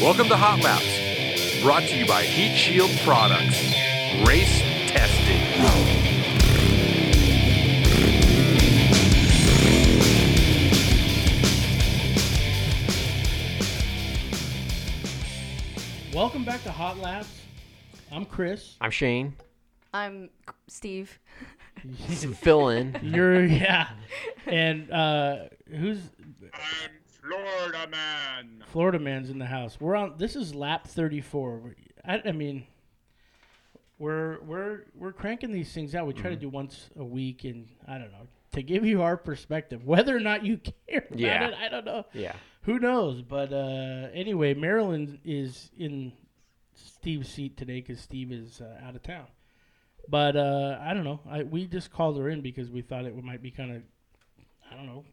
Welcome to Hot Laps, brought to you by Heat Shield Products. Race testing. Welcome back to Hot Laps. I'm Chris. I'm Shane. I'm Steve. Fill in. You're yeah, and uh, who's I'm Florida man. Florida man's in the house? We're on. This is lap 34. I, I mean, we're we're we're cranking these things out. We try to do once a week, and I don't know to give you our perspective, whether or not you care about Yeah. it. I don't know. Yeah. Who knows? But uh, anyway, Maryland is in Steve's seat today because Steve is uh, out of town. But uh, I don't know. I, we just called her in because we thought it might be kind of, I don't know,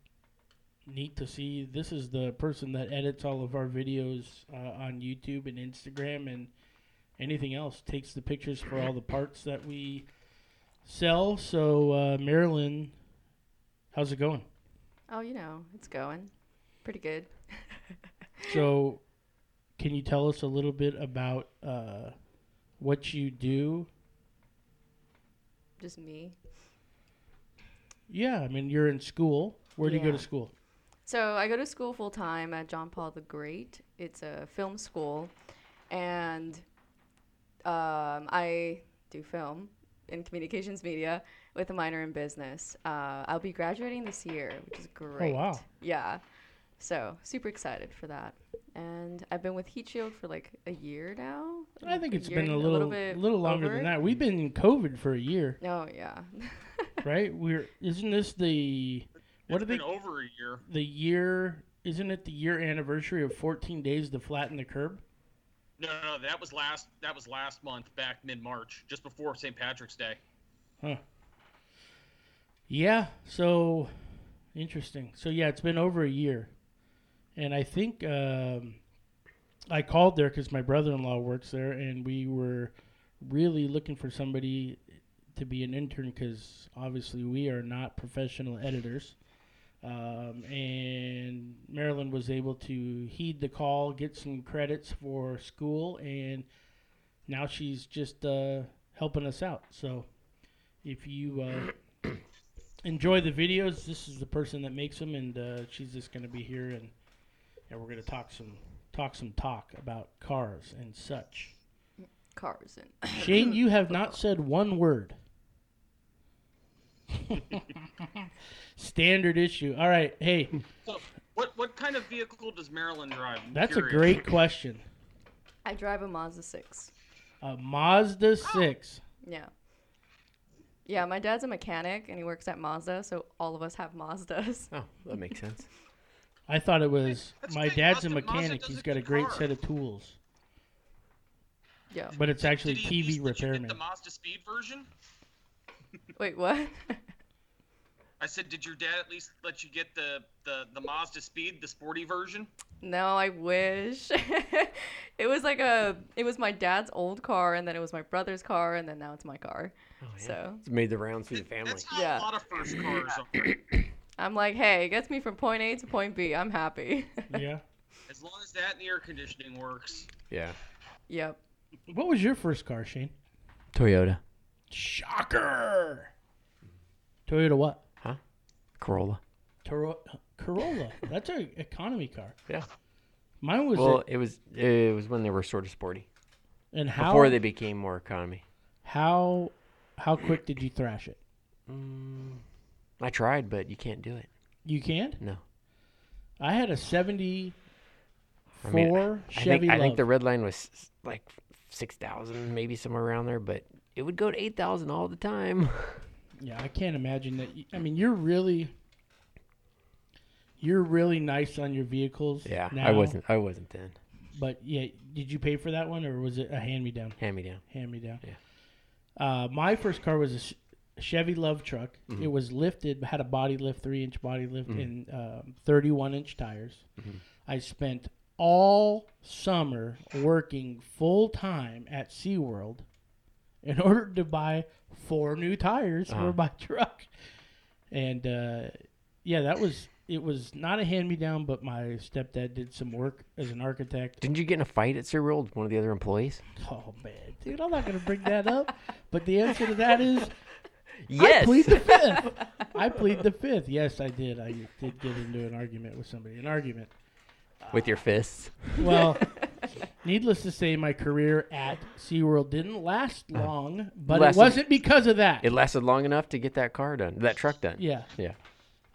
neat to see. This is the person that edits all of our videos uh, on YouTube and Instagram and anything else. Takes the pictures for all the parts that we sell. So uh, Marilyn, how's it going? Oh, you know, it's going pretty good. So, can you tell us a little bit about uh, what you do? Just me. Yeah, I mean, you're in school. Where do you go Yeah. to school? So I go to school full time at John Paul the Great. It's a film school, and um, I do film and communications media with a minor in business. Uh, I'll be graduating this year, which is great. Oh, wow. Yeah. So super excited for that. And I've been with Heat Shield for like a year now. I think A it's year been a and little, little, longer over. than that. We've been in COVID for a year, Oh yeah. right? We're isn't this the what It's are they been over a year. the year? Isn't it the year anniversary of 14 days to flatten the curb? No, no, no, that was last. That was last month, back mid March, just before St. Patrick's Day. Yeah. So interesting. So yeah, it's been over a year, and I think um, I called there because my brother-in-law works there, and we were really looking for somebody to be an intern because obviously we are not professional editors. Um, and Maryland was able to heed the call, get some credits for school, and now she's just uh, helping us out. So if you uh, enjoy the videos. This is the person that makes them, and uh, she's just going to be here, and and we're going to talk some talk some talk about cars and such. Cars and Shane, you have not said one word. Standard issue. All right, hey, So, what what kind of vehicle does Maryland drive? I'm that's a curious. great question. I drive a Mazda 6. Uh, Mazda six. Yeah. Yeah, my dad's a mechanic and he works at Mazda, so all of us have Mazdas. Oh, that makes sense. I thought it was That's my great. dad's a Mazda- Mazda mechanic. does He's a got a good great car. set of tools, Yeah. but it's Did actually he- did you TV get repairman. The Mazda Speed version. Wait, what? I said, did your dad at least let you get the the the Mazda Speed, the sporty version? no, I wish. it was like a it was my dad's old car and then it was my brother's car and then now it's my car. So, Oh, It's made the rounds through the family. That's how Yeah. a lot of first cars. are. I'm like, "Hey, it gets me from point A to point B. I'm happy." yeah. As long as that and the air conditioning works. Yeah. yep. What was your first car, Shane? Toyota. Shocker. Toyota what? Corolla. Toro- Corolla. That's an economy car. Yeah. Mine was. Well, a- it was it was when they were sort of sporty. and how Before they became more economy. how how quick did you thrash it? Mm. I tried, but you can't do it. You can't. No. I had a seventy-four I mean, I Chevy. think, I think the Love. red line was s- like six thousand, maybe somewhere around there, but it would go to eight thousand all the time. yeah, I can't imagine that. You, I mean, you're really you're really nice on your vehicles. yeah. I now, wasn't. I wasn't then. But yeah, did you pay for that one or was it a hand-me-down? Hand me down. hand me down. Yeah. Uh, my first car was a Sh- Chevy Love truck. It was lifted, had a body lift, three inch body lift, and um, 31 inch tires. I spent all summer working full time at SeaWorld in order to buy four new tires for my truck. And uh, yeah, that was it was not a hand me down, but my stepdad did some work as an architect. Didn't you get in a fight at Sir World with one of the other employees? Oh man, dude, I'm not gonna bring that up. But the answer to that is Yes. I plead the fifth. I plead the fifth. Yes, I did. I did get into an argument with somebody. An argument. With your fists. Well, needless to say, my career at SeaWorld didn't last long, but it Lasted- wasn't because of that. Mm. It lasted long enough to get that car done, that truck done. yeah. Yeah.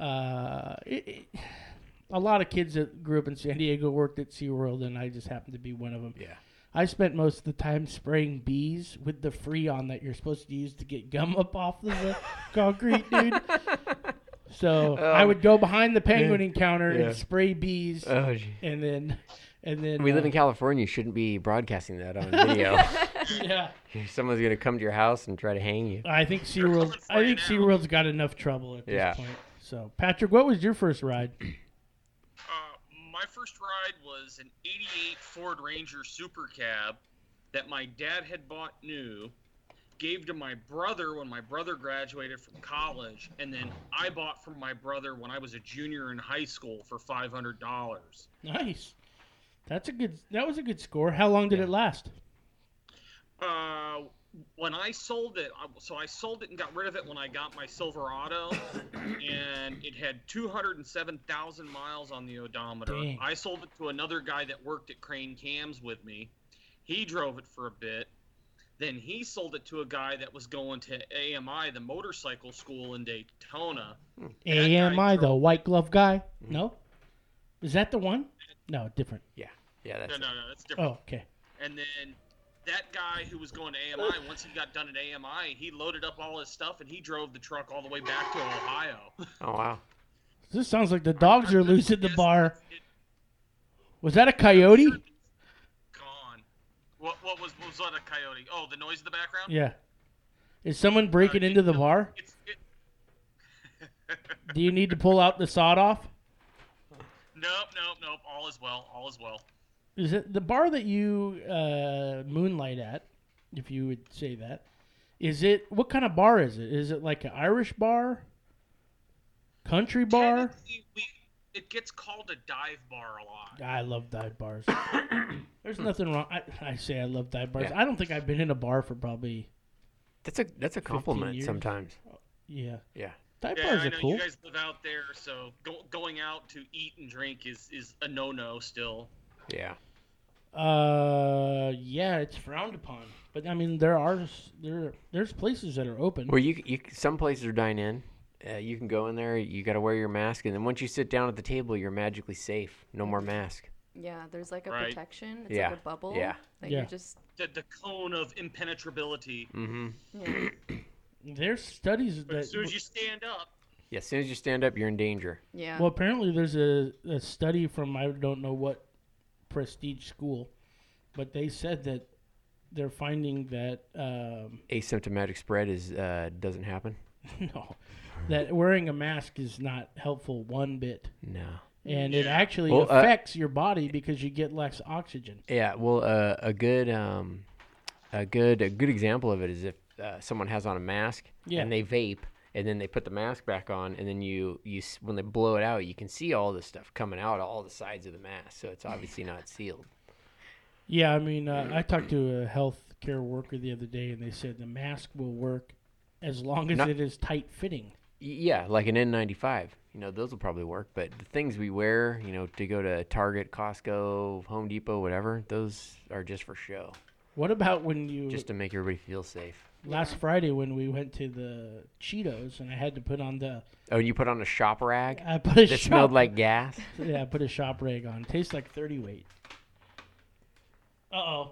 Uh, it, it, a lot of kids that grew up in San Diego worked at SeaWorld, and I just happened to be one of them. Yeah. I spent most of the time spraying bees with the Freon that you're supposed to use to get gum up off of the concrete, dude. So I would go behind the penguin encounter Oh. Yeah. and spray bees, Oh, gee. and then, and then We live uh, in California. You shouldn't be broadcasting that on video. yeah. Someone's going to come to your house and try to hang you. I think SeaWorld. coming for I you think now. SeaWorld's got enough trouble at this Yeah. point. So Patrick, what was your first ride? Uh, my first ride was an 88 Ford Ranger Super Cab that my dad had bought new, gave to my brother when my brother graduated from college, and then I bought from my brother when I was a junior in high school for $500. Nice. That's a good. That was a good score. How long did it last? Uh, when I sold it, I- so I sold it and got rid of it when I got my Silverado, and it had 207,000 miles on the odometer. Dang. I sold it to another guy that worked at Crane Cams with me. He drove it for a bit. Then he sold it to a guy that was going to AMI, the motorcycle school in Daytona. That guy AMI, the drove- white glove guy. No, is that the one? No, different. Yeah, that's No, it. no, no, that's different. Oh, okay. And then that guy who was going to AMI, once he got done at AMI, he loaded up all his stuff and he drove the truck all the way back to Ohio. Oh, wow. This sounds like the dogs are loose at the Yes, bar. it- Was that a coyote? Gone. What, what was what was that a coyote? Oh, the noise in the background. Uh, Yeah. Is someone breaking into the bar? It's, it, Do you need to pull out the sawed off? nope, nope, nope. All is well. All is well. Is it the bar that you uh, moonlight at, if you would say that? Is it what kind of bar is it? Is it like an Irish bar, country bar? Technically, we, it gets called a dive bar a lot. I love dive bars. There's nothing wrong. I, I say I love dive bars. Yeah. I don't think I've been in a bar for probably That's a that's a compliment years. sometimes. yeah. Yeah. Dive Yeah, bars I are know cool. you guys live out there, so go, going out to eat and drink is is a no no still. Yeah. uh, yeah, it's frowned upon. But I mean, there are s- there there's places that are open. Well, you you some places are dine in. Uh, you can go in there. You got to wear your mask, and then once you sit down at the table, you're magically safe. No more mask. Yeah, there's like a Right. protection. It's Yeah, like a bubble. yeah. That Yeah. you're just The, the cone of impenetrability. Mm-hmm. yeah. There's studies But that as soon as you stand up, Yeah. As soon as you stand up, you're in danger. yeah. Well, apparently there's a, a study from I don't know what prestige school, but they said that they're finding that um, Asymptomatic spread is uh, doesn't happen. no, that wearing a mask is not helpful one bit, No. and it actually Well, uh, affects your body because you get less oxygen. Yeah. Well, uh, a good um, a good a good example of it is if uh, someone has on a mask Yeah. and they vape. And then they put the mask back on, and then you, you s- when they blow it out, you can see all this stuff coming out, all the sides of the mask. So it's obviously not sealed. Yeah, I mean, uh, I talked to a health care worker the other day, and they said the mask will work as long as Not- it is tight fitting. Yeah, like an N95. You know, those will probably work. But the things we wear, you know, to go to Target, Costco, Home Depot, whatever, those are just for show, What about when you just to make everybody feel safe. last Friday when we went to the Cheetos and I had to put on the Oh, and you put on a shop rag I put a that shop- smelled like gas. Yeah, put a shop rag on. Tastes like thirty weight. Uh oh.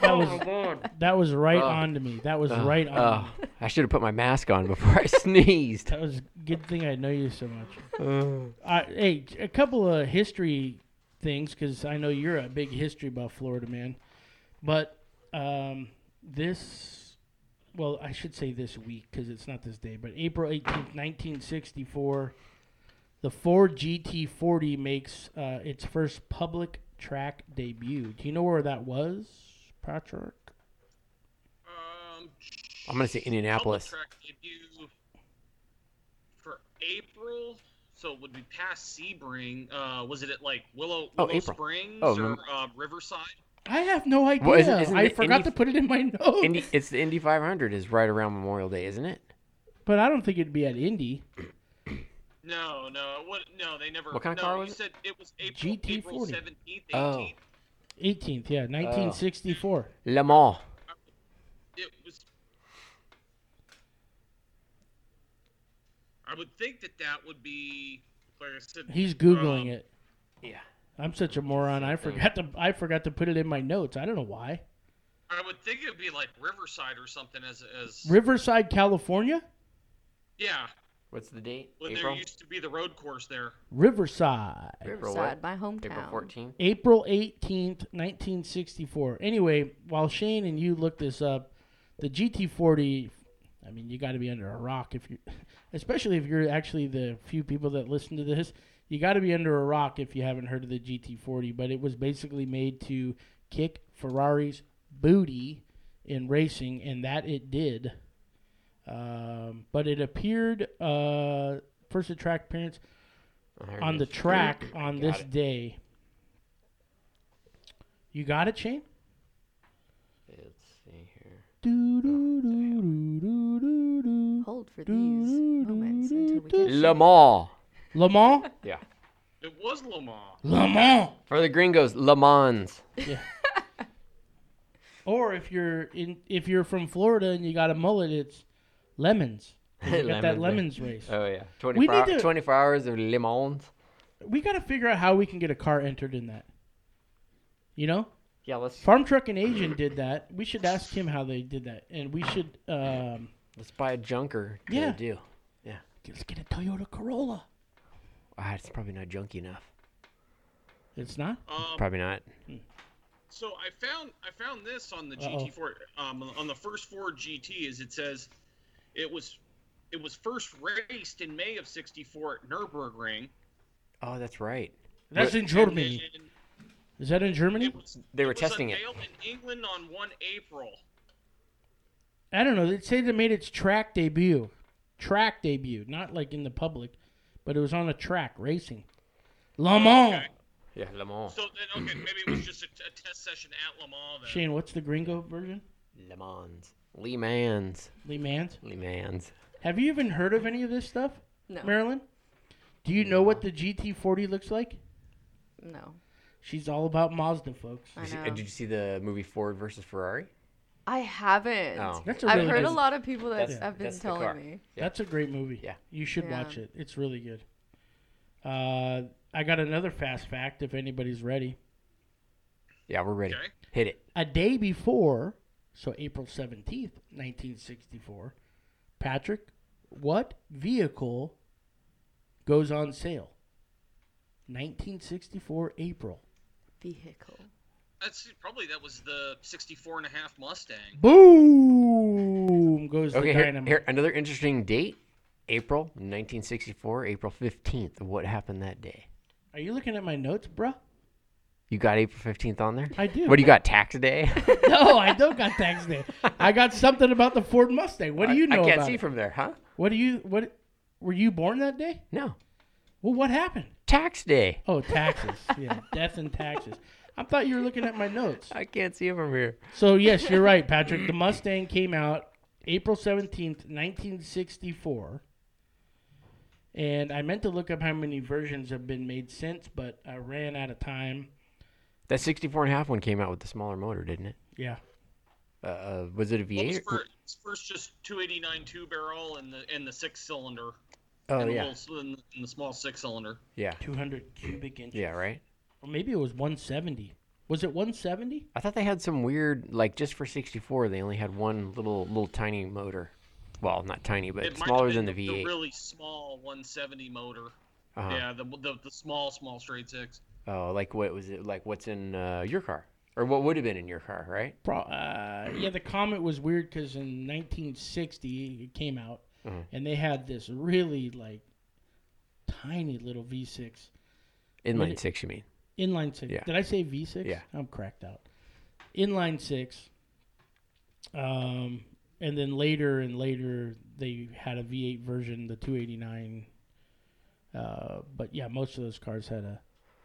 That was that was right on to me. That was right on. Oh, me. I should have put my mask on before I sneezed. That was a good thing I know you so much. I, hey, a couple of history things because I know you're a big history buff, Florida man. But um, this, well, I should say this week because it's not this day, but April 18th, 1964, the Ford GT40 makes uh, its first public track debut. Do you know where that was, Patrick? um, I'm gonna say double Indianapolis. track debut for April so it would be past Sebring. Uh, was it at like Willow Oh, Willow April. Springs Oh, or remember- uh, Riverside? I have no idea. Well, isn't- isn't I it forgot Indy- to put it in my notes. Indy, it's the Indy 500 is right around Memorial Day, isn't it? But I don't think it'd be at Indy. No, no, what? No, they never. What kind of no, car you was it? said it was April, GT40. April seventeenth, Oh. eighteenth. 18th, yeah, 1964. Le Mans. It was. I would think that that would be. Like I said, He's googling um, it. Yeah. I'm such a moron. I forgot to I forgot to put it in my notes. I don't know why. I would think it would be like Riverside or something as as. Riverside, California. yeah, What's the date? when April. there used to be the road course there. Riverside. April Riverside, what? my April hometown. 14th. April 18th, 1964. Anyway, while Shane and you look this up, the GT40, I mean, you got to be under a rock if you, especially if you're actually the few people that listen to this, you got to be under a rock if you haven't heard of the GT40. But it was basically made to kick Ferrari's booty in racing, and that it did. Um, but it appeared uh, first at track appearance Oh, there it on the is. track on Got this it. day. You got it, Shane? Let's see here. Oh, Le Hold for these moments until we get. Le Mans. Mans? Yeah. It was Le Mans. Le Mans. For the gringos, Le Mans. Or if you're in if you're from Florida and you got a mullet, it's lemons. 'Cause You got that Lemons, lemons Uh, race. Oh yeah. We 24, need hou- to- 24 hours of Le Mans. We gotta figure out how we can get a car entered in that. You know? Yeah, let's Farm Truck and Asian did that. We should ask him how they did that. And we should um let's buy a junker. to Yeah. Do. let's get a Toyota Corolla. Ah, it's probably not junky enough. It's not? Um, Probably not. So I found I found this on the Uh-oh. GT4 um, on the first Ford GT is it says it was it was first raced in May of '64 at Nürburgring. Oh, that's right. That's But- in Germany. And Is that in Germany? it was, They it were was testing it. unveiled in England on 1 April. I don't know. They say they made its track debut, track debut, not like in the public, but it was on a track racing. Le Mans. Okay. Yeah, Le Mans. So then, okay, maybe it was just a, a test session at Le Mans. Then. Shane, what's the gringo version? Le Mans. Le Mans. Lee Mans. Le Mans. Have you even heard of any of this stuff, No, Marilyn? Do you know what the GT40 looks like? no, She's all about Mazda, folks. I Did you, uh, know. did you see the movie Ford versus Ferrari? I haven't. Oh. That's a I've really heard good, a lot of people that That's- have been that's the telling car. me. yeah. That's a great movie. Yeah. You should Yeah. watch it. It's really good. Uh, I got another fast fact if anybody's ready. Yeah, we're ready. Okay. Hit it. A day before, so April 17th, 1964, Patrick, what vehicle goes on sale? 1964 April. Vehicle. That's probably that was the 64 and a half Mustang. Boom goes Okay, the here, dynamo. here another interesting date. April 1964, April 15th. What happened that day? Are you looking at my notes, bruh? You got April 15th on there? I do. What do you got? Tax day? no, I don't got tax day. I got something about the Ford Mustang. What do you know I can't about see it? from there, huh? What do you what were you born that day? No. Well, what happened? Tax day. Oh, taxes. yeah, death and taxes. I thought you were looking at my notes. I can't see from here. So yes, you're right, Patrick. The Mustang came out April seventeenth, nineteen sixty-four. And I meant to look up how many versions have been made since, but I ran out of time. That 64 and a half one came out with the smaller motor, didn't it? Yeah, Uh, uh, was it a What was V8? or- first, first just 289 two barrel and the and the six cylinder. oh, and the yeah. little- and the- and the small six cylinder. Yeah. two hundred cubic inches. Yeah, right? Or maybe it was one seventy. Was it one seventy? I thought they had some weird, like just for 64, they only had one little, little tiny motor. Well, not tiny, but It might have smaller been than the V8. The really small 170 motor. uh-huh. Yeah, the, the the small small straight six. Oh, like what was it? Like what's in uh, your car, or what would have been in your car, right? Pro- uh, yeah, the Comet was weird because in 1960 it came out, Mhm. and they had this really like tiny little V6 Inline it- six, you mean? Inline six. Yeah. Did I say V six? Yeah. I'm cracked out. Inline six. Um, and then later and later they had a V eight version, the two eighty nine. Uh, but yeah, most of those cars had a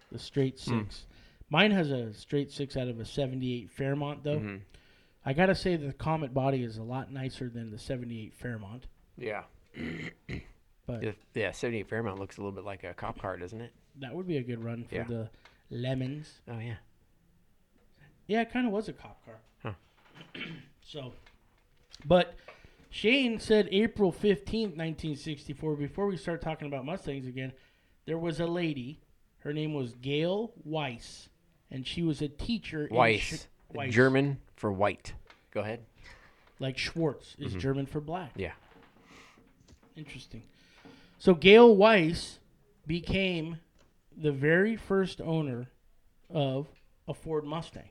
the straight Hmm. six. Mine has a straight six out of a '78 Fairmont though. Mhm. I gotta say the Comet body is a lot nicer than the '78 Fairmont. Yeah. But- Yeah, yeah, 78 Fairmount looks a little bit like a cop car, doesn't it? That would be a good run for Yeah. the Lemons. Oh yeah. Yeah, it kind of was a cop car. Huh. so, but Shane said April 15th, 1964. Before we start talking about Mustangs again, there was a lady. Her name was Gail Weiss, and she was a teacher in Sch- Weiss. Weiss. German for white. Go ahead. Like Schwartz is German for black. Mm-hmm. Yeah. Interesting. So Gail Weiss became the very first owner of a Ford Mustang.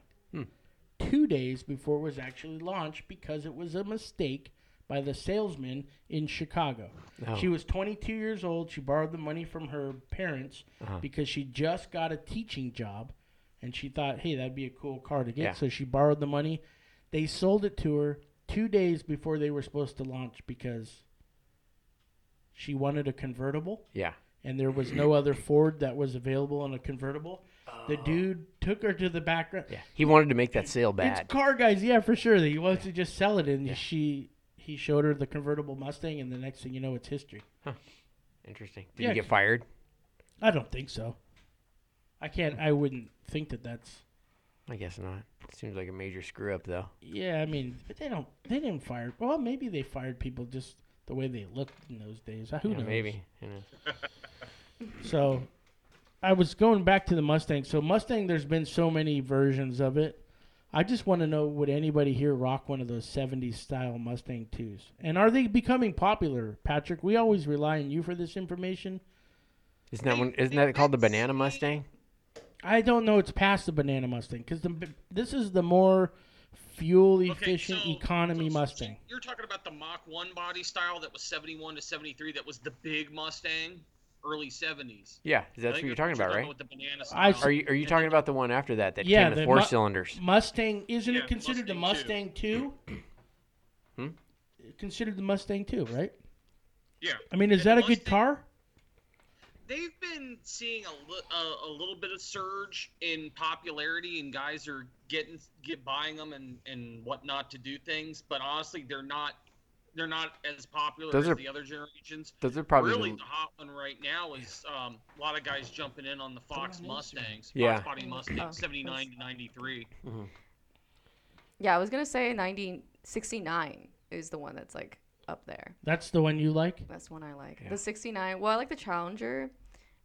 Two days before it was actually launched because it was a mistake by the salesman in Chicago. Oh. She was 22 years old. She borrowed the money from her parents because she just got a teaching job and she thought, hey, that'd be a cool car to get. Yeah. So she borrowed the money. They sold it to her two days before they were supposed to launch because she wanted a convertible Yeah. and there was no other Ford that was available in a convertible. The dude took her to the background. Oh. Yeah. He wanted to make that sale bad. It's car guys, yeah, for sure. That he wants to just sell it, and she he showed her the convertible Mustang, and the next thing you know, it's history. Interesting. Did Yeah, he get c- fired? I don't think so. I can't. I wouldn't think that that's. I guess not. Seems like a major screw up though. Yeah, I mean, but they don't. They didn't fire. Well, maybe they fired people just the way they looked in those days. Who Yeah, knows? maybe. Who knows? So I was going back to the Mustang. So Mustang, there's been so many versions of it. I just want to know would anybody here rock one of those 70s style Mustang 2s? And are they becoming popular, Patrick? We always rely on you for this information. Isn't that one? Isn't that called the banana Mustang? I don't know it's past the banana Mustang cuz this is the more fuel efficient so- economy so- so Mustang. You're talking about the Mach 1 body style that was 71 to 73 that was the big Mustang, early 70s. Yeah, I that's what think you're talking about, right? with the banana I style. Are you Are you talking about the one after that that Yeah, came the with four mu- cylinders? Mustang isn't Yeah, it considered the Mustang Mustang 2? Hmm? Considered the Mustang 2, right? Yeah. I mean, is And that the a good Mustang- car? They've been seeing a, li- a, a little bit of surge in popularity, and guys are getting get buying them and and whatnot to do things. But honestly, they're not they're not as popular Those as are the other generations. Those are probably really the- the hot one right now is um, a lot of guys jumping in on the Fox Mustangs, Yeah. Fox body Oh, Mustang, seventy nine to ninety three. Yeah, I was gonna say 1969 is the one that's like up there. That's the one you like? That's the one I like. Yeah. The 69. Well, I like the Challenger,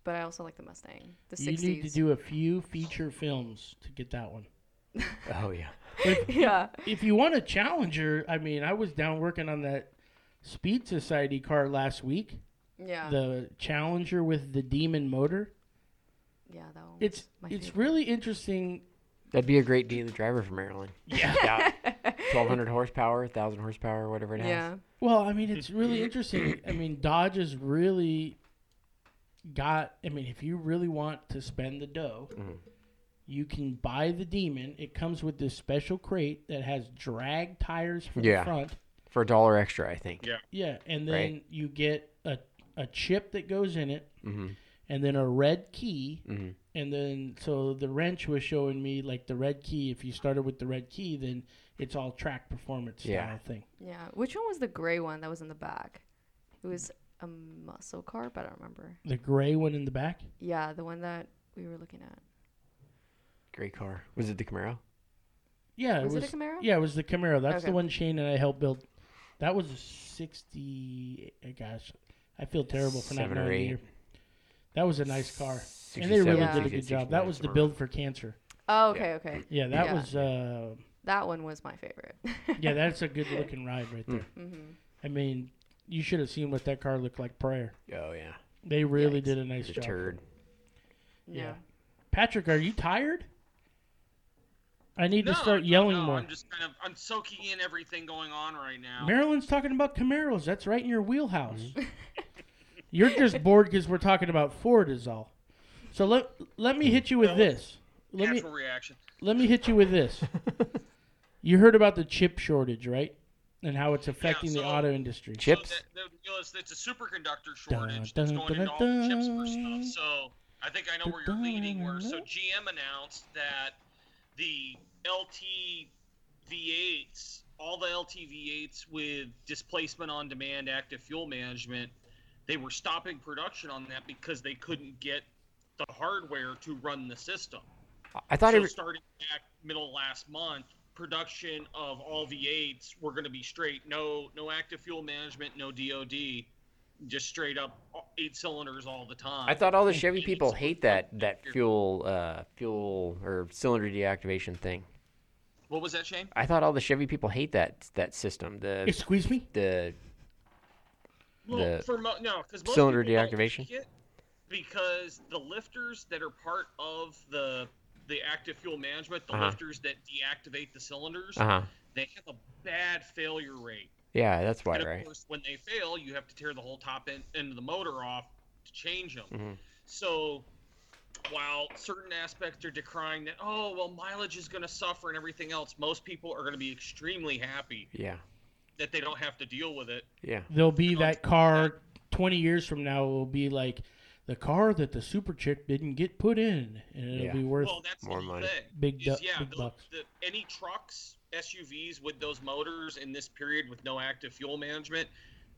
but I also like the Mustang. The 60s. You need to do a few feature films to get that one. Oh yeah. yeah. If you want a challenger, I mean, I was down working on that Speed Society car last week, Yeah. the Challenger with the Demon motor. yeah, that one. It's My it's favorite. really interesting. That'd be a great daily driver for Maryland. Yeah. Twelve hundred horsepower, thousand horsepower, whatever it has. yeah. Well, I mean, it's really interesting. I mean, Dodge has really got. I mean, if you really want to spend the dough, Mm-hmm. you can buy the Demon. It comes with this special crate that has drag tires for Yeah. the front. For a dollar extra, I think. Yeah. Yeah, and then Right? you get a a chip that goes in it, Mm-hmm. and then a red key, and then so the wrench was showing me like the red key. If you started with the red key, then it's all track performance Yeah. style thing. Yeah. Which one was the gray one that was in the back? It was a muscle car, but I don't remember. The gray one in the back. Yeah, the one that we were looking at. Great car. Was it the Camaro? Yeah, Was it it a was Camaro? Yeah, it was the Camaro. That's the Okay. one Shane and I helped build. That was a sixty. eh, Gosh, I feel terrible for Seven not or knowing the eight. year. That was a nice car, and they 67, really Yeah. did a 68, good job. That 69, was the somewhere build for cancer. Oh, okay, okay. Yeah, that Yeah. was. Uh, That one was my favorite. yeah, that's a good looking ride right there. Mhm. I mean, you should have seen what that car looked like prior. around. Oh yeah. They really Yikes. did a nice It's a job. turd. Yeah. Patrick, are you tired? I need No, to start no, yelling no, more. I'm just kind of I'm soaking in everything going on right now. Mm-hmm. Marilyn's talking about Camaros. That's right in your wheelhouse. You're just bored because we're talking about Ford is all. So let let me hit you with this. Let me Natural reaction. let me hit you with this. you heard about the chip shortage, right? and how it's affecting so- the auto industry. Chips? So that, the deal is it's a superconductor shortage Dun, that's dun, going dun, into all the chips for dun. stuff. So I think I know where you're Dun, leading. Where so dun. GM announced that the LT V8s, all the LT V8s with displacement on demand, active fuel management, they were stopping production on that because they couldn't get the hardware to run the system. I thought So every, starting back middle of last month, production of all V8s were going to be straight. No, no active fuel management, no DOD, just straight up eight cylinders all the time. I thought all the Chevy people hate that that fuel uh, fuel or cylinder deactivation thing. What was that, Shane? I thought all the Chevy people hate that that system. The Excuse me. the Well, The for mo- no, because cylinder deactivation? because the lifters that are part of the the active fuel management, the Uh-huh. lifters that deactivate the cylinders, uh huh. they have a bad failure rate. Yeah, that's why, and of right? course, when they fail, you have to tear the whole top end, end of the motor off to change them. Mhm. So, while certain aspects are decrying that, oh, well, mileage is going to suffer and everything else, most people are going to be extremely happy Yeah, that they don't have to deal with it. yeah. There'll be Going that car 20 years from now will be like the car that the super chick didn't get put in and it'll Yeah. be worth Well, that's more the money. thing. Big is, du- yeah, big the, bucks. the- any trucks, SUVs with those motors in this period with no active fuel management,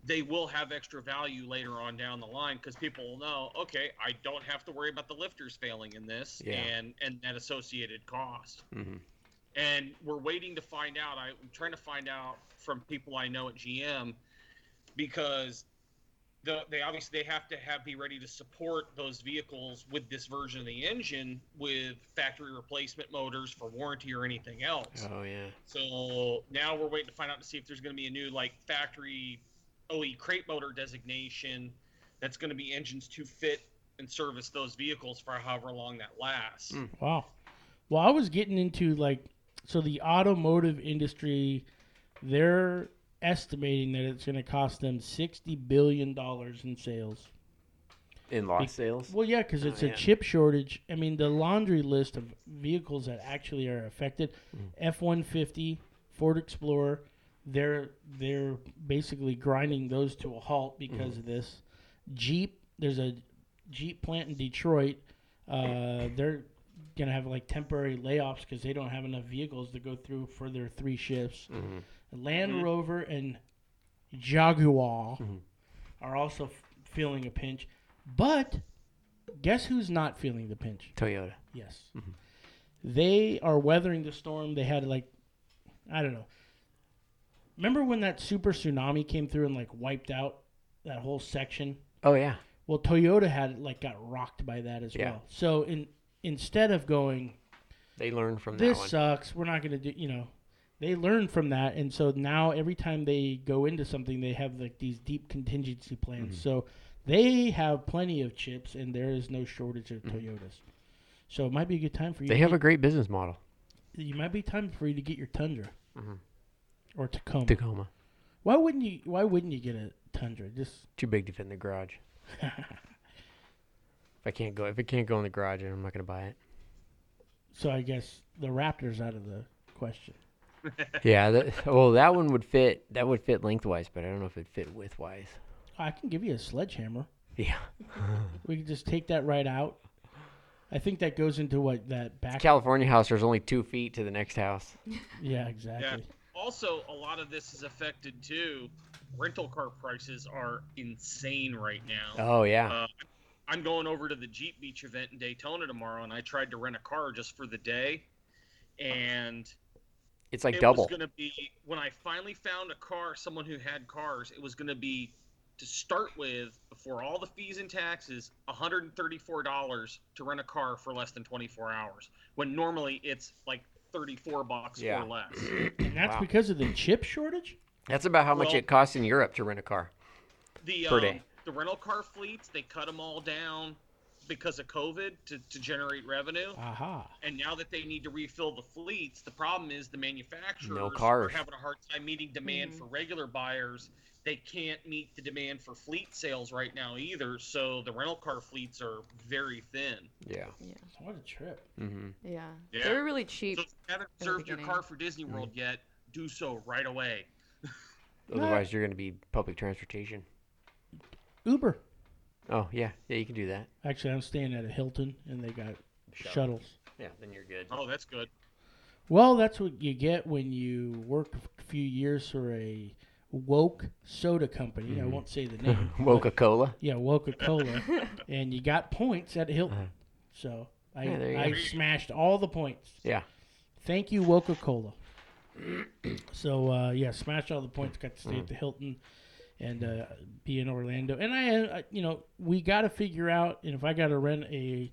they will have extra value later on down the line because people will know, okay, I don't have to worry about the lifters failing in this Yeah. and and that associated cost. hmm And we're waiting to find out. I'm trying to find out from people I know at GM because. The, they obviously they have to have be ready to support those vehicles with this version of the engine with factory replacement motors for warranty or anything else. Oh yeah. So now we're waiting to find out to see if there's going to be a new like factory OE crate motor designation that's going to be engines to fit and service those vehicles for however long that lasts. Mm. Wow. Well, I was getting into like so the automotive industry they're estimating that it's going to cost them 60 billion dollars in sales. In lost sales. Well, yeah, cuz Oh, it's yeah. a chip shortage. I mean, the laundry list of vehicles that actually are affected, Mm. F150, Ford Explorer, they're they're basically grinding those to a halt because Mm. of this. Jeep, there's a Jeep plant in Detroit. Uh, they're gonna have like temporary layoffs because they don't have enough vehicles to go through for their three shifts. Mm-hmm. Land Rover and Jaguar Mm-hmm. are also f- feeling a pinch, but guess who's not feeling the pinch? Toyota. Yes. They are weathering the storm. They had like I don't know. Remember when that super tsunami came through and like wiped out that whole section? Oh yeah. Well, Toyota had like got rocked by that as Yeah. well. So in instead of going They learned from that this one. sucks, we're not going to do, you know, they learn from that and so now every time they go into something they have like these deep contingency plans. Mm-hmm. So they have plenty of chips and there is no shortage of Toyotas. So it might be a good time for you Mm-hmm. They to have a great business model. you might be time for you to get your Tundra Mm-hmm. or Tacoma. Tacoma. Why wouldn't you? Why wouldn't you get a Tundra? Just Too big to fit in the garage. if I can't go, if it can't go in the garage, then I'm not gonna buy it. so I guess the Raptor's out of the question. Yeah. That, well, that one would fit. That would fit lengthwise, but I don't know if it fit widthwise. I can give you a sledgehammer. Yeah. We can just take that right out. I think that goes into what that back. California house. There's only two feet to the next house. yeah, exactly. Also, a lot of this is affected too. Rental car prices are insane right now. Oh yeah. I'm going over to the Jeep Beach event in Daytona tomorrow, and I tried to rent a car just for the day, and It's like it double. was going to be when I finally found a car, someone who had cars. It was going to be to start with before all the fees and taxes, $134 to rent a car for less than 24 hours, when normally it's like 34 bucks Yeah. or less. and that's wow. because of the chip shortage. That's about how much Well- it costs in Europe to rent a car. The Per um, day. the rental car fleets they cut them all down because of COVID to, to generate revenue. Aha. and now that they need to refill the fleets, the problem is the manufacturers are cars. having a hard time meeting demand for regular buyers. They can't meet the demand for fleet sales right now either, so the rental car fleets are very thin. Yeah. What a trip. hmm Yeah. Yeah. They were really So cheap. if you haven't the Mm-hmm. reserved your beginning. car for Disney World yet, do so right away. Otherwise, you're going to be public transportation. Uber. Oh yeah, yeah, you can do that. Actually, I'm staying at a Hilton, and they got Shuttle. shuttles. Yeah, then you're good. Oh, that's good. Well, that's what you get when you work a few years for a woke soda company. I won't say the name. but- Coca Cola. Yeah, Coca Cola, and you got points at Hilton. So I, Yeah, there you I go. smashed all the points. Yeah. Thank you, Coca Cola. so uh, yeah, smashed all the points. Got to stay Mm. at the Hilton and uh, be in Orlando. And I, I, you know, we got to figure out. And if I got to rent a,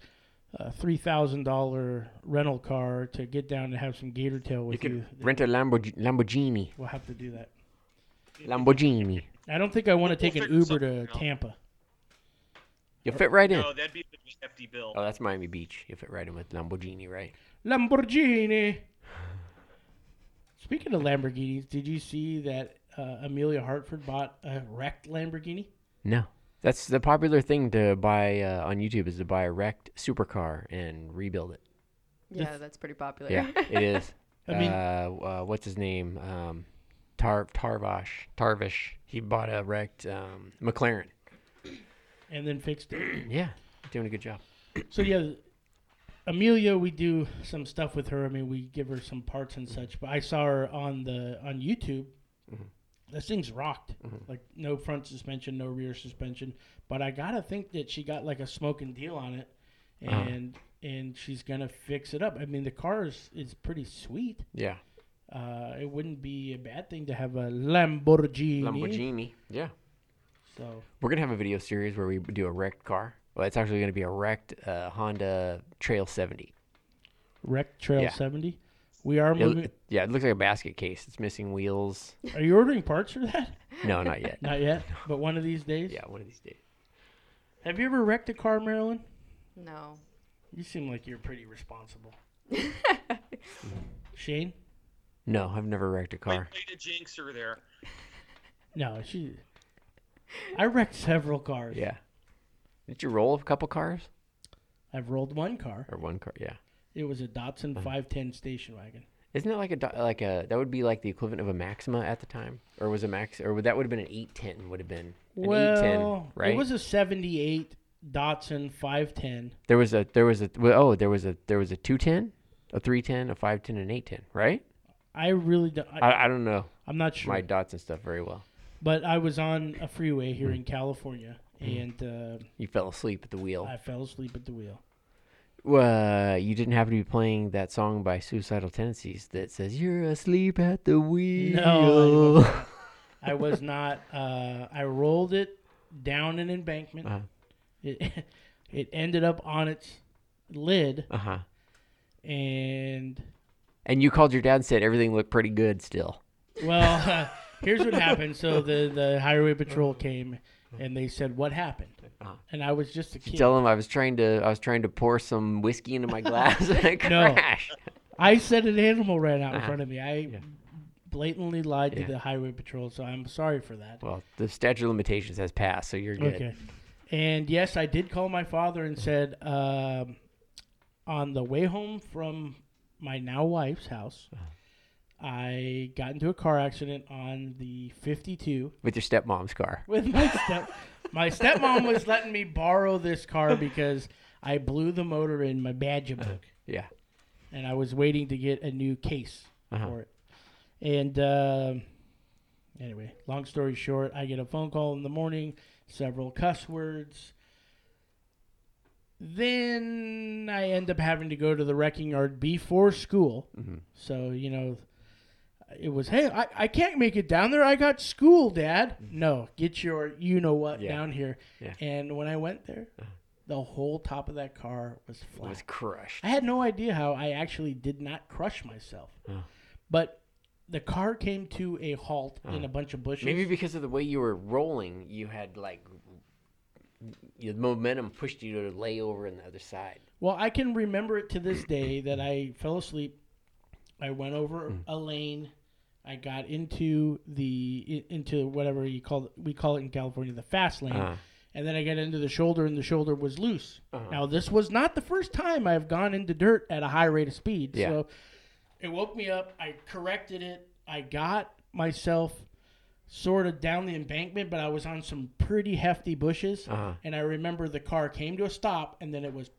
uh three thousand dollar rental car to get down to have some gator tail You with you, can rent a Lamborg- Lamborghini. we'll have to do that. Lamborghini. I don't think I want to We'll- take we'll an figure Uber to something out. Tampa. You'll fit right in. No, Oh, that'd be a hefty bill. Oh, that's Miami Beach. You'll fit right in with Lamborghini, right? Lamborghini. Speaking of Lamborghinis, did you see that uh, Amelia Hartford bought a wrecked Lamborghini? No. That's the popular thing to buy uh, on YouTube is to buy a wrecked supercar and rebuild it. Yeah, that's pretty popular. Yeah, it is. I mean- uh, uh, what's his name? Um, Tar Tarvash Tarvish. He bought a wrecked um, McLaren. And then fixed it. Yeah, doing a good job. so yeah, Amelia, we do some stuff with her. I mean, we give her some parts and Mm-hmm. such. But I saw her on the on YouTube. This thing's rocked, Mm-hmm. like no front suspension, no rear suspension. But I gotta think that she got like a smoking deal on it, Uh-huh. and and she's gonna fix it up. I mean, the car is, is pretty sweet. Yeah, uh, it wouldn't be a bad thing to have a Lamborghini. Lamborghini. Yeah, So we're gonna have a video series where we do a wrecked car. Well, it's actually gonna be a wrecked uh, Honda Trail 70. Rec Trail Yeah. 70. We are It- moving. it- yeah, it looks like a basket case. It's missing wheels. Are you ordering parts for that? No, not yet. Not yet, but one of these days. yeah, one of these days. Have you ever wrecked a car, Marilyn? No. You seem like you're pretty responsible. Shane? No, I've never wrecked a Way, car. way to jinx her there. No, she. I wrecked several cars. Yeah. Did you roll a couple cars I've rolled one car. or one car? Yeah. It was a Datsun Mm. 510 station wagon. Isn't it like a do- like a that would be like the equivalent of a Maxima at the time, or was a Max or would, that would have been an eight ten would have been an eight ten well, right? it was a 78 Datsun 510. there was a there was a well, oh there was a there was a two ten, a three ten, a five ten, and eight ten, right? I really don't. I, I, I don't know I'm not sure. my dots and stuff very well. But I was on a freeway Mm. here in California, and You fell asleep at the uh, wheel. I fell asleep at the wheel. Uh, you didn't happen to be playing that song by Suicidal Tendencies that says "You're asleep at the wheel." No, I was not. Uh, I rolled it down an embankment. Uh-huh. It it ended up on its lid, uh huh. and And you called your dad and said everything looked pretty good still. well, uh, here's what happened. So the the highway patrol came, and they said, "What happened?" Uh-huh. And I was just a You kid. tell him I was trying to I was trying to pour some whiskey into my glass and it No. crashed. I said an animal ran out in Uh-huh. front of me. I blatantly lied Yeah. to the highway patrol, so I'm sorry for that. Well, the statute of limitations has passed, so you're good. Okay. And yes, I did call my father and said, um, on the way home from my now wife's house, I got into a car accident on the 52 With your stepmom's car. with my step. my stepmom was letting me borrow this car because I blew the motor in my badger book, Yeah. and I was waiting to get a new case Uh-huh. for it. And um, anyway, long story short, I get a phone call in the morning, several cuss words. Then I end up having to go to the wrecking yard before school. Mm-hmm. So, you know, it was, hey, I, I can't make it down there. I got school, Dad. No, get your you know what Mm-hmm. Yeah. down here. Yeah. Uh-huh. And when I went there, the whole top of that car was It flat. was crushed. I had no idea how I actually did not crush myself. Oh. But the car came to a halt in a bunch of bushes. Maybe because of the way you were rolling, you had like your momentum pushed you to lay over on the other side. Well, I can remember it to this day that I fell asleep. I went over Hmm. a lane. I got into the i- into whatever you call it, we call it in California the fast lane, Uh-huh. and then I got into the shoulder, and the shoulder was loose. Now this was not the first time I've gone into dirt at a high rate of speed, Yeah. so it woke me up. I corrected it. I got myself sort of down the embankment, but I was on some pretty hefty bushes, Uh-huh. and I remember the car came to a stop, and then it was.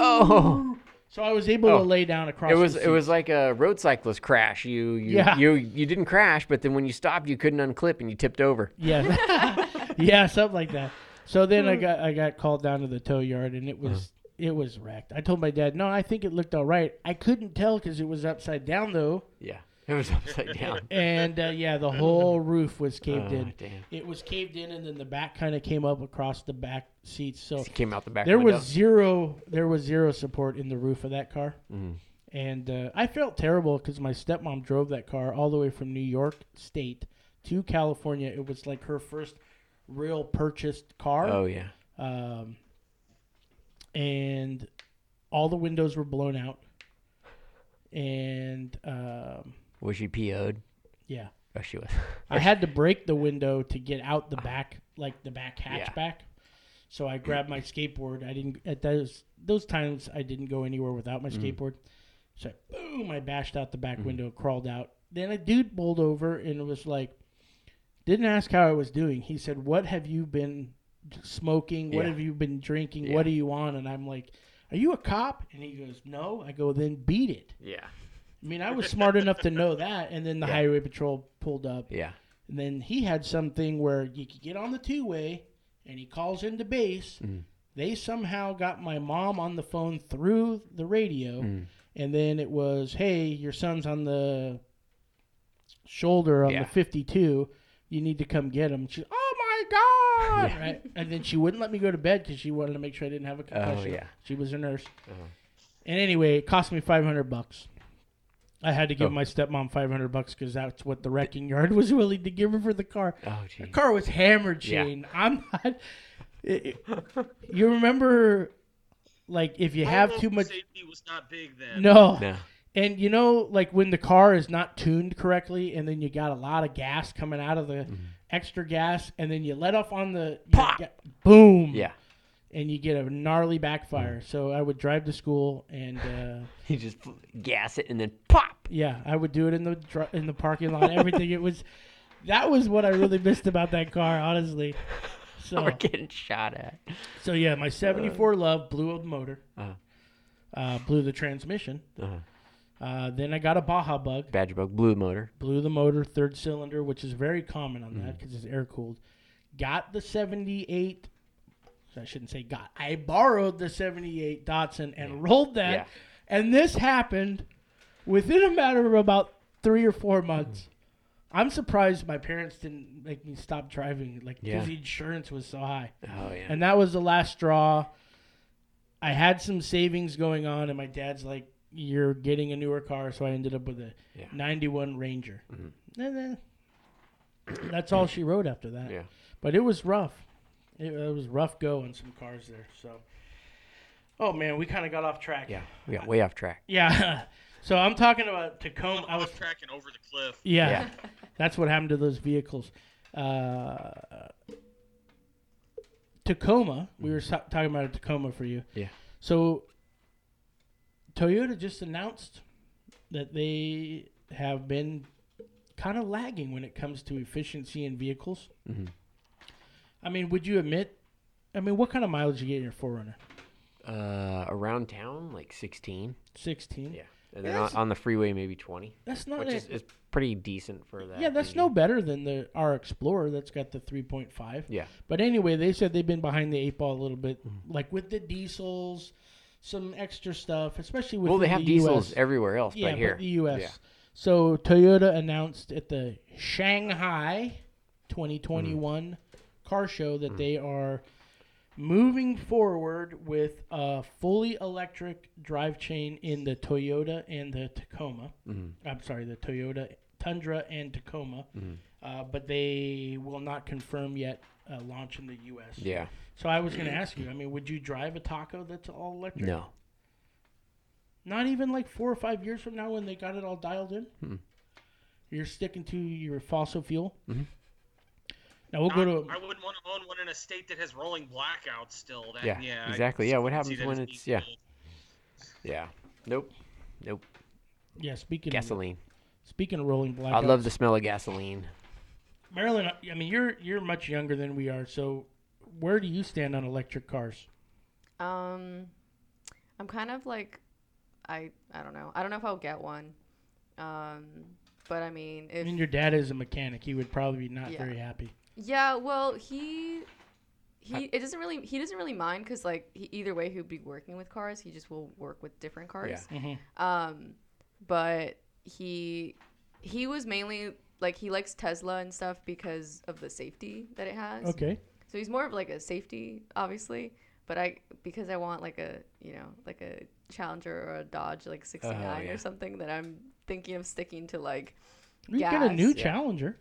Oh. So I was able Oh. to lay down across. It the was it seat. was like a road cyclist crash. You you Yeah. you you didn't crash, but then when you stopped, you couldn't unclip and you tipped over. Yeah, yeah, something like that. So then Hmm. I got I got called down to the tow yard, and it was it was wrecked. I told my dad, no, I think it looked all right. I couldn't tell because it was upside down though, Yeah, it was upside down. and uh, yeah, the whole roof was caved Oh, in. damn. It was caved in, and then the back kind of came up across the back seats. So It came out the back. Oh. there window. was zero there was zero support in the roof of that car, and uh, I felt terrible because my stepmom drove that car all the way from New York State to California. It was like her first real purchased car Oh yeah. um, and all the windows were blown out. And um, Was she PO'd? yeah, Oh, she was. I had to break the window to get out the back, like the back Yeah. hatchback. So I grabbed my skateboard. I didn't at those those times I didn't go anywhere without Mm. my skateboard. So I, boom, I bashed out the back window, crawled out. Then a dude bowled over and was like, didn't ask how I was doing. He said, "What have you been smoking? What Yeah. have you been drinking? Yeah. What are you on?" And I'm like, "Are you a cop?" And he goes, "No." I go, "Then beat it." yeah. I mean, I was smart enough to know that. And then the Yeah. highway patrol pulled up. Yeah. And then he had something where you could get on the two way and he calls into base. They somehow got my mom on the phone through the radio. And then it was, hey, your son's on the shoulder on Yeah. the 52. You need to come get him. She, oh my God. Right? And then she wouldn't let me go to bed because she wanted to make sure I didn't have a concussion. Oh, yeah. Uh-huh. She was a nurse. And anyway, it cost me 500 bucks. I had to give Oh. my stepmom 500 bucks because that's what the wrecking yard was willing to give her for the car. Oh The gee. car was hammered, Yeah. Shane. I'm not. it- it- you remember, like, if you have Road too much. Safety was not big then. No. No. And you know, like, when the car is not tuned correctly and then you got a lot of gas coming out of the extra gas and then you let off on the. you Mm-hmm. Pop! get- boom! Yeah. And you get a gnarly backfire. So I would drive to school and. Uh, You just fl- gas it and then pop. Yeah, I would do it in the dr- in the parking lot. Everything it was, that was what I really missed about that car, honestly. So We're getting shot at. so yeah, my '74 Love blew up the motor, Uh-huh. uh, blew the transmission. Uh-huh. Uh, then I got a Baja Bug, Badger bug, blue motor. blew the motor, third cylinder, which is very common on Mm. that because it's air cooled. Got the '78. I shouldn't say got. I borrowed the '78 Datsun and rolled that, Yeah. and this happened within a matter of about three or four months. Mm. I'm surprised my parents didn't make me stop driving, like because Yeah. the insurance was so high. Oh yeah. And that was the last straw. I had some savings going on, and my dad's like, "You're getting a newer car," so I ended up with a Yeah. Mm-hmm. '91 Ranger. And then that's all she wrote after that. Yeah. But it was rough. It, it was rough go on some cars there. So, oh man, we kind of got off track. yeah. We got way off track. Yeah. so I'm talking about Tacoma. I I was. was tracking over the cliff. Yeah. Yeah. That's what happened to those vehicles. Uh, Tacoma, we were so- talking about a Tacoma for you. Yeah. So Toyota just announced that they have been kind of lagging when it comes to efficiency in vehicles. Mm-hmm. I mean, would you admit? I mean, what kind of mileage you get in your Forerunner? Uh, around town like 16. 16. Yeah. And then on, on the freeway maybe 20, That's not which a- is, is pretty decent for that. Oh, Yeah, that's engine. no better than the our Explorer that's got the 3.5. Yeah. But anyway, they said they've been behind the eight ball a little bit, Mm. like with the diesels, some extra stuff, especially with Well, they have the diesels US. everywhere else, yeah, but here. the E U.S. Yeah. So Toyota announced at the Shanghai 2021 Mm. car show that they are moving forward with a fully electric drive chain in the Toyota and the Tacoma. Mm. I'm sorry, the Toyota Tundra and Tacoma, Mm. uh, but they will not confirm yet uh, launch in the U.S. Yeah. So I was going to ask you. I mean, would you drive a Taco that's all electric? No. Not even like four or five years from now when they got it all dialed in? Hmm. You're sticking to your fossil fuel? Mm-hmm. Now we'll go I, to. I wouldn't want to own one in a state that has rolling blackouts still. That, Yeah, yeah, I exactly. just Yeah, what don't see happens that when as it's- yeah. feasible. Yeah. Nope. Nope. Yeah, speaking Gasoline. Of, speaking of rolling blackouts. I love the smell of gasoline. Marilyn, I mean, you're you're much younger than we are. So, where do you stand on electric cars? Um, I'm kind of like, I I don't know. I don't know if I'll get one. Um, but I mean, I if mean, your dad is a mechanic. He would probably be not Yeah. very happy. yeah, well, he he it doesn't really he doesn't really mind because like he, either way he'd be working with cars. He just will work with different cars. Yeah. Mhm. Um, but he he was mainly like he likes Tesla and stuff because of the safety that it has. Okay. So he's more of like a safety, obviously. But I because I want like a you know like a Challenger or a Dodge Oh, like 69 yeah. or something that I'm thinking of sticking to like We got a new Gas. Yeah. Challenger.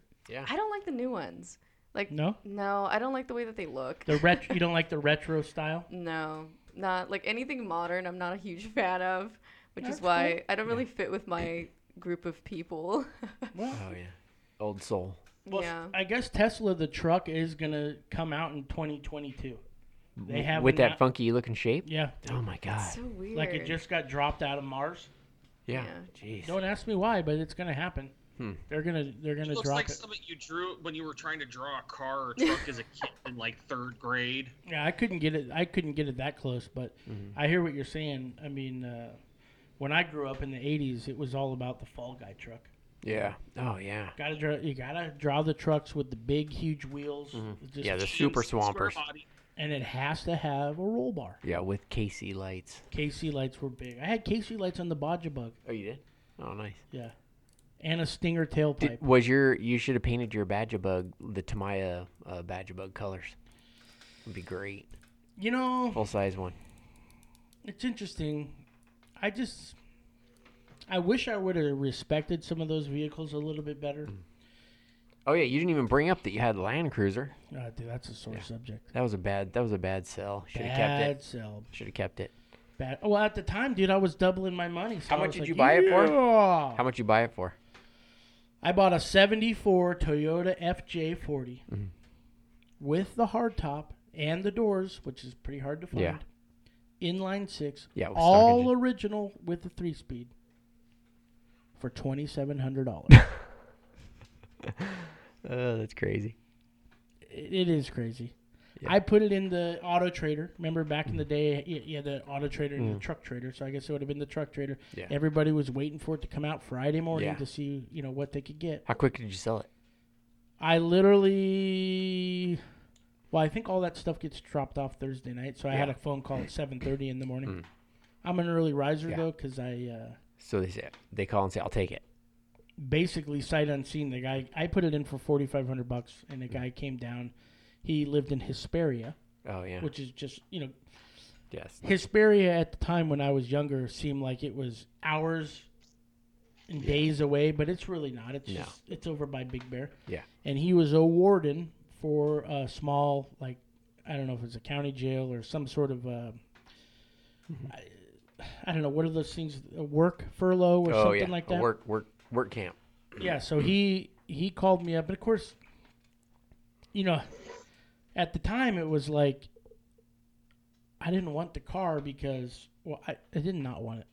I don't like the new ones. Like No, no, I don't like the way that they look. the ret- You don't like the retro style? No, not like anything modern. I'm not a huge fan of, which That's is why I don't really fit with my group of people. Well, Oh yeah. Old soul. well, yeah. I guess Tesla the truck is gonna come out in 2022. They have with that not- funky looking shape. Yeah, Oh my god. so weird. like it just got dropped out of Mars. Yeah. Yeah. Jeez. Don't ask me why, but it's gonna happen. Hmm. They're gonna they're gonna looks drop like it. something you drew when you were trying to draw a car or truck as a kid in like third grade. Yeah, I couldn't get it. I couldn't get it that close, but Mm-hmm. I hear what you're saying. I mean, uh, when I grew up in the '80s, it was all about the Fall Guy truck. Yeah. Oh yeah. Gotta draw. You gotta draw the trucks with the big, huge wheels. It just- Mm-hmm. Yeah. The super Slim, square swampers. body. and it has to have a roll bar. Yeah, with KC lights. KC lights were big. I had KC lights on the Bodja Bug. Oh, you did. Oh, nice. Yeah, and a Stinger tailpipe. Did, was your you should have painted your badger bug the Tamaya uh, badger bug colors? Would be great. You know, Full size one. it's interesting. I just I wish I would have respected some of those vehicles a little bit better. Oh yeah, you didn't even bring up that you had Land Cruiser. Ah, dude, that's a sore subject. That was a bad. That was a bad sell. Should have kept Bad it. sell. Should have kept it. Bad. Well, at the time, dude, I was doubling my money. So How I much was did like, you buy it for? "Yeah." How much you buy it for? I bought a '74 Toyota FJ40 Mm-hmm. with the hardtop and the doors, which is pretty hard to find. Yeah. Inline six. Yeah, with stock all engine. original with the three-speed for twenty-seven hundred dollars. Oh, that's crazy. it it is crazy. I put it in the auto trader. Remember back in the day, you, you had the auto trader and the truck trader. So I guess it would have been the truck trader. Mm. Yeah. Everybody was waiting for it to come out Friday morning Yeah. to see, you know, what they could get. How quick did you sell it? I literally, well, I think all that stuff gets dropped off Thursday night. So I had Yeah. Mm. a phone call at seven thirty in the morning. I'm an early riser Yeah. though, because I uh, So they say they call and say I'll take it. basically sight unseen. The guy I put it in for forty five hundred bucks, and Mm. the guy came down. He lived in Hesperia, Oh yeah. which is just you know yes. Hesperia at the time when I was younger seemed like it was hours and days away, but it's really not. It's No. just, it's over by Big Bear. Yeah. And he was a warden for a small like I don't know if it's a county jail or some sort of uh, Mm-hmm. I, I don't know what are those things a work furlough or Oh something yeah. like A that. work work work camp. Yeah, so he he called me up, but of course, you know, at the time it was like I didn't want the car because well, I, I did not want it.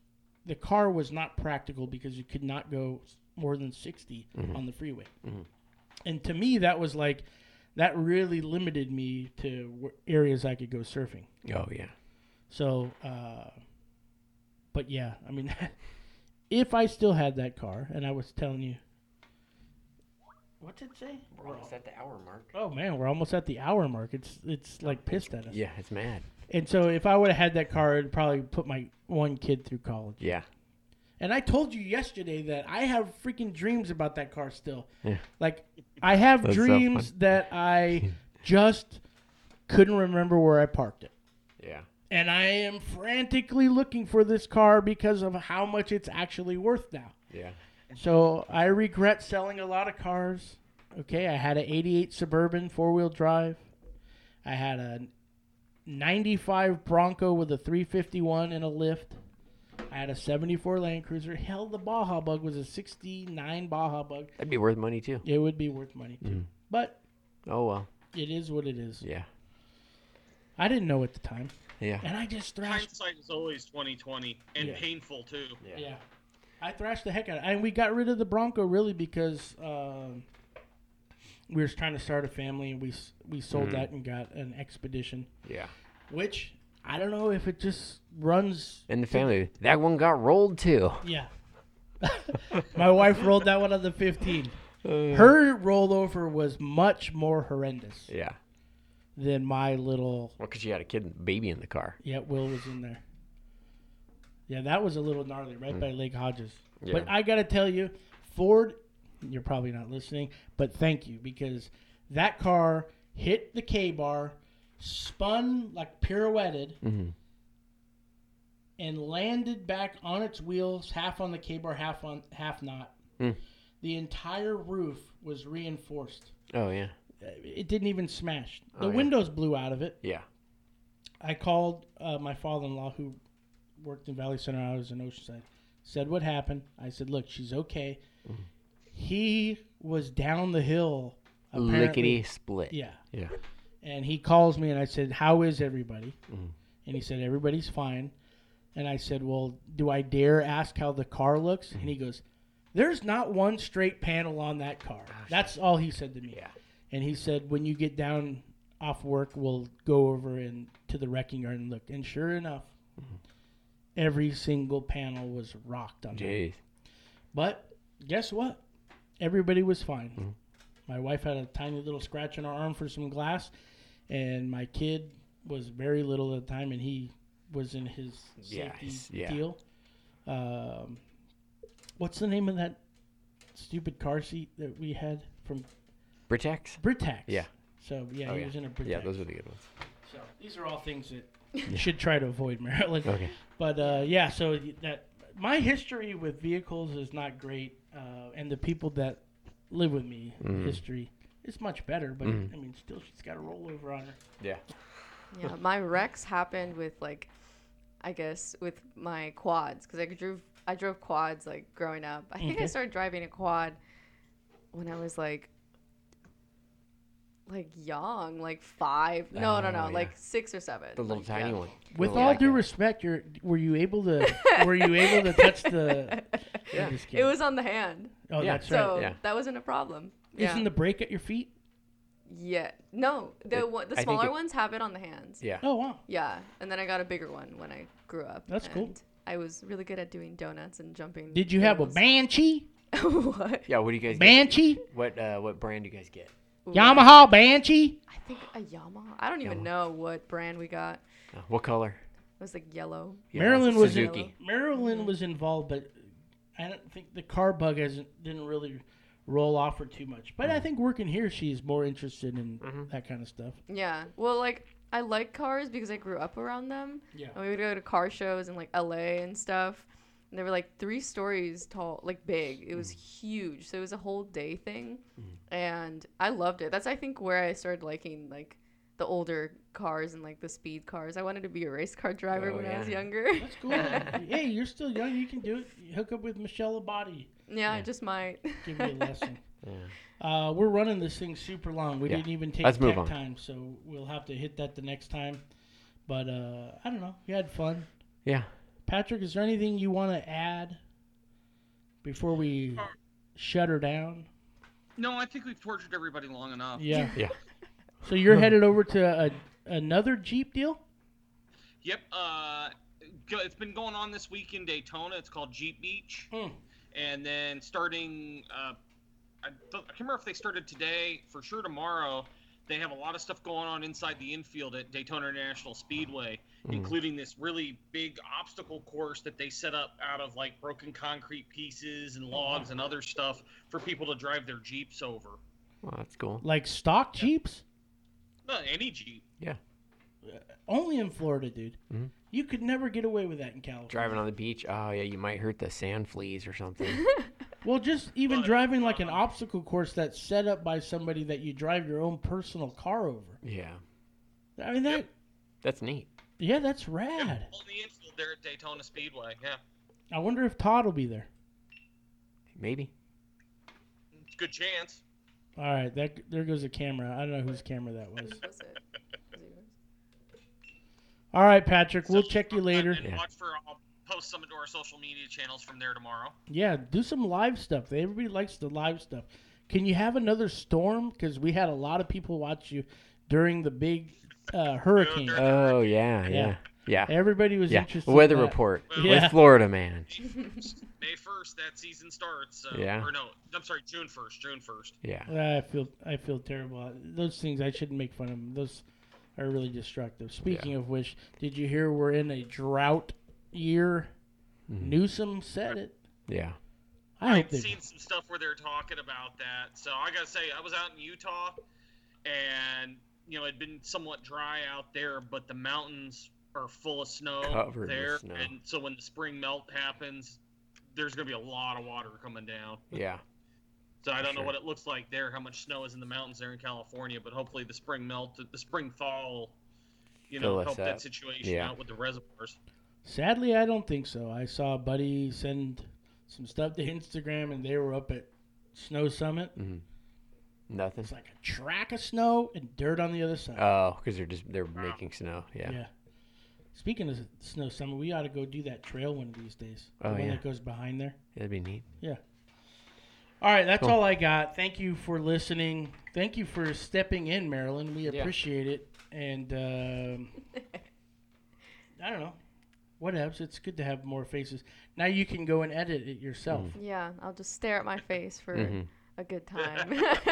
The car was not practical because you could not go s- more than 60 on the freeway, and to me that was like that really limited me to w- areas I could go surfing. Oh yeah. So, uh, but yeah, I mean, if I still had that car, and I was telling you, what's it say? at the hour mark. Oh man, we're almost at the hour mark. It's it's like pissed at us. Yeah, it's mad. And so, if I would have had that car, it'd probably put my one kid through college. Yeah. And I told you yesterday that I have freaking dreams about that car still. Yeah. Like I have That's so dreams that I just couldn't remember where I parked it. Yeah. and I am frantically looking for this car because of how much it's actually worth now. Yeah. So I regret selling a lot of cars. Okay, I had an 88 Suburban four wheel drive. I had a 95 Bronco with a 351 and a lift. I had a 74 Land Cruiser. Hell, the Baja Bug was a 69 Baja Bug. That'd be worth money too. It would be worth money too. But Oh well. it is what it is. Yeah. I didn't know at the time. Yeah. And I just thrashed Hindsight is always twenty twenty and Yeah. painful too. Yeah. I thrashed the heck out of it. And we got rid of the Bronco really because um we were trying to start a family, and we s- we sold Mhm. that and got an expedition, Yeah. which I don't know if it just runs. And the family, that one got rolled too. Yeah, my wife rolled that one on the 15. Her rollover was much more horrendous Yeah. than my little. Well, because you had a kid, baby in the car. Yeah, Will was in there. Yeah, that was a little gnarly, right by Lake Hodges. Hmm. Yeah. But I gotta tell you, Ford, you're probably not listening, but thank you because that car hit the K bar, spun like pirouetted, Mm-hmm. and landed back on its wheels, half on the K bar, half on half not. Mm. The entire roof was reinforced. Oh yeah. Uh, It didn't even smash. The Oh, yeah. windows blew out of it. Yeah. I called uh, my father-in-law who worked in Valley Center. I was in Oceanside. Said what happened. I said, "Look, she's okay." He was down the hill. apparently. Lickety split. Yeah. Yeah. And he calls me, and I said, "How is everybody?" Mhm. And he said, "Everybody's fine." And I said, "Well, do I dare ask how the car looks?" And Mm-hmm. he goes, "There's not one straight panel on that car." That's all he said to me. Yeah. And he said, "When you get down off work, we'll go over and to the wrecking yard and look." And sure enough, every single panel was rocked on it. Mm-hmm. Jeez. But guess what? Everybody was fine. Mm-hmm. My wife had a tiny little scratch on her arm for some glass, and my kid was very little at the time, and he was in his Yeah, safety he's- yeah. deal. Um, what's the name of that stupid car seat that we had from Britex. Britax? Yeah. So yeah, Oh, he yeah. was in a Britax. Yeah, those are the good ones. So these are all things that you should try to avoid, Maryland. Okay. But uh, yeah, so y- that my history with vehicles is not great, uh, and the people that live with me, history is much better. But I mean, still, she's got a rollover on her. Yeah. Yeah, my wrecks happened with like, I guess with my quads because I drove I drove quads like growing up. I think I Mm-hmm. Okay. started driving a quad when I was like, like young, like five. No, no, Oh, no, yeah. like six or seven. The little like, tiny yeah. one. With Little all like due that. respect, you're, were you able to were you able to touch the? I'm just It kidding. was on the hand, oh, yeah, that's so right. Yeah. that wasn't a problem. Isn't yeah. the brake at your feet? yeah. No, the It- one, I the think smaller it- ones have it on the hands. Yeah. Oh wow, Yeah, and then I got a bigger one when I grew up. That's cool. and I was really good at doing donuts and jumping. did you have a tables. banshee? what? Yeah. What do you guys get? Banshee, What uh, What brand do you guys get? Ooh, Yamaha banshee. I think a Yamaha. I don't even know what brand we got. Uh, what color? It was like yellow. Yeah, Maryland was in- Suzuki. Maryland was involved, but I don't think the car bug hasn't didn't really roll off her too much. Mm-hmm. But I think working here, she's more interested in that kind of stuff. Yeah. Well, like I like cars because I grew up around them. Yeah. And we would go to car shows in like LA and stuff. And they were like three stories tall, like big. It was Mm. huge. So it was a whole day thing. And I loved it. That's I think where I started liking like the older cars and like the speed cars. I wanted to be a race car driver Oh, when I was yeah. younger. That's cool. man. hey, you're still young. You can do it. You hook up with Michelle Abadi. yeah, I just might. Give you a lesson. Uh, we're running this thing super long. We Yeah. didn't even take Let's move tech on. time, so we'll have to hit that the next time. But uh, I don't know. We had fun. Yeah. Patrick, is there anything you want to add before we shut her down? No, I think we've tortured everybody long enough. Yeah. Yeah. So you're headed over to a, another Jeep deal? Yep. Uh, go- it's been going on this week in Daytona. It's called Jeep Beach, and then starting, uh, I, don't, I can't remember if they started today. For sure, tomorrow they have a lot of stuff going on inside the infield at Daytona International Speedway, Hmm. including this really big obstacle course that they set up out of like broken concrete pieces and logs and other stuff for people to drive their jeeps over. Well, that's cool. Like stock Jeeps? Not any jeep. Yeah. Only in Florida, dude. Mhm. You could never get away with that in California. Driving on the beach. Oh yeah, you might hurt the sand fleas or something. Well, just even But, driving like an uh, obstacle course that's set up by somebody that you drive your own personal car over. yeah. I mean, that, That's neat. yeah, that's Yeah, rad. on the infield there at Daytona Speedway. Yeah, I wonder if Todd will be there. Maybe. it's a good chance. All right, that there goes a camera. I don't know whose camera that was. Was it? Was it yours? All right, Patrick, we'll So check you keep on that later. And Yeah. watch for I'll post some into our social media channels from there tomorrow. Yeah, do some live stuff. Everybody likes the live stuff. Can you have another storm? Because we had a lot of people watch you during the big uh, hurricane. during- Oh yeah, yeah, Yeah. yeah, yeah. Everybody was interested. in Weather that. report Yeah. with Florida man. May first, that season starts. So, Yeah. Or no, I'm sorry, June first. June first. Yeah. I feel I feel terrible. Uh, Those things I shouldn't make fun of. 'em. Those are really destructive. Speaking of which, did you hear we're in a drought year? Mm-hmm. Newsom said it. Yeah. I hope I've they. seen some stuff where they're talking about that. So I gotta say, I was out in Utah, and you know it'd been somewhat dry out there, but the mountains are full of snow Covered with there, snow. and so when the spring melt happens, there's gonna be a lot of water coming down. Yeah. So I For don't know sure. what it looks like there, how much snow is in the mountains there in California, but hopefully the spring melt, the spring thaw, you Fill know, us help up. that situation Yeah. out with the reservoirs. Sadly, I don't think so. I saw a buddy send some stuff to Instagram, and they were up at Snow Summit. Nothing. It's like a track of snow and dirt on the other side. Oh, because they're just they're making snow. Yeah. Yeah. Speaking of snow summit, we ought to go do that trail one of these days. The Oh, one yeah. that goes behind there. That'd be neat. Yeah. All right, that's Cool. all I got. Thank you for listening. Thank you for stepping in, Marilyn. We appreciate it. And um, I don't know. Whatevs. It's good to have more faces. Now you can go and edit it yourself. Hmm. Yeah, I'll just stare at my face for a good time.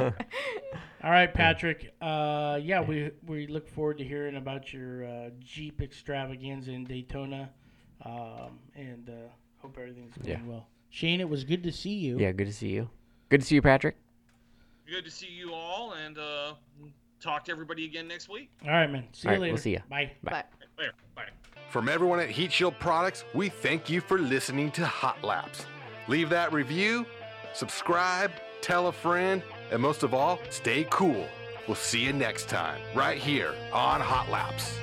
All right, Patrick. Uh, yeah, we we look forward to hearing about your uh, Jeep extravaganza in Daytona, um, and uh, hope everything's going Yeah. well. Shane, it was good to see you. Yeah. Good to see you. Good to see you, Patrick. Good to see you all, and uh, talk to everybody again next week. All right, man. See you All right, we'll later. see ya. Bye. but Later. Bye. From everyone at Heat Shield Products, we thank you for listening to Hot Laps. Leave that review, subscribe, tell a friend, and most of all, stay cool. We'll see you next time, right here on Hot Laps.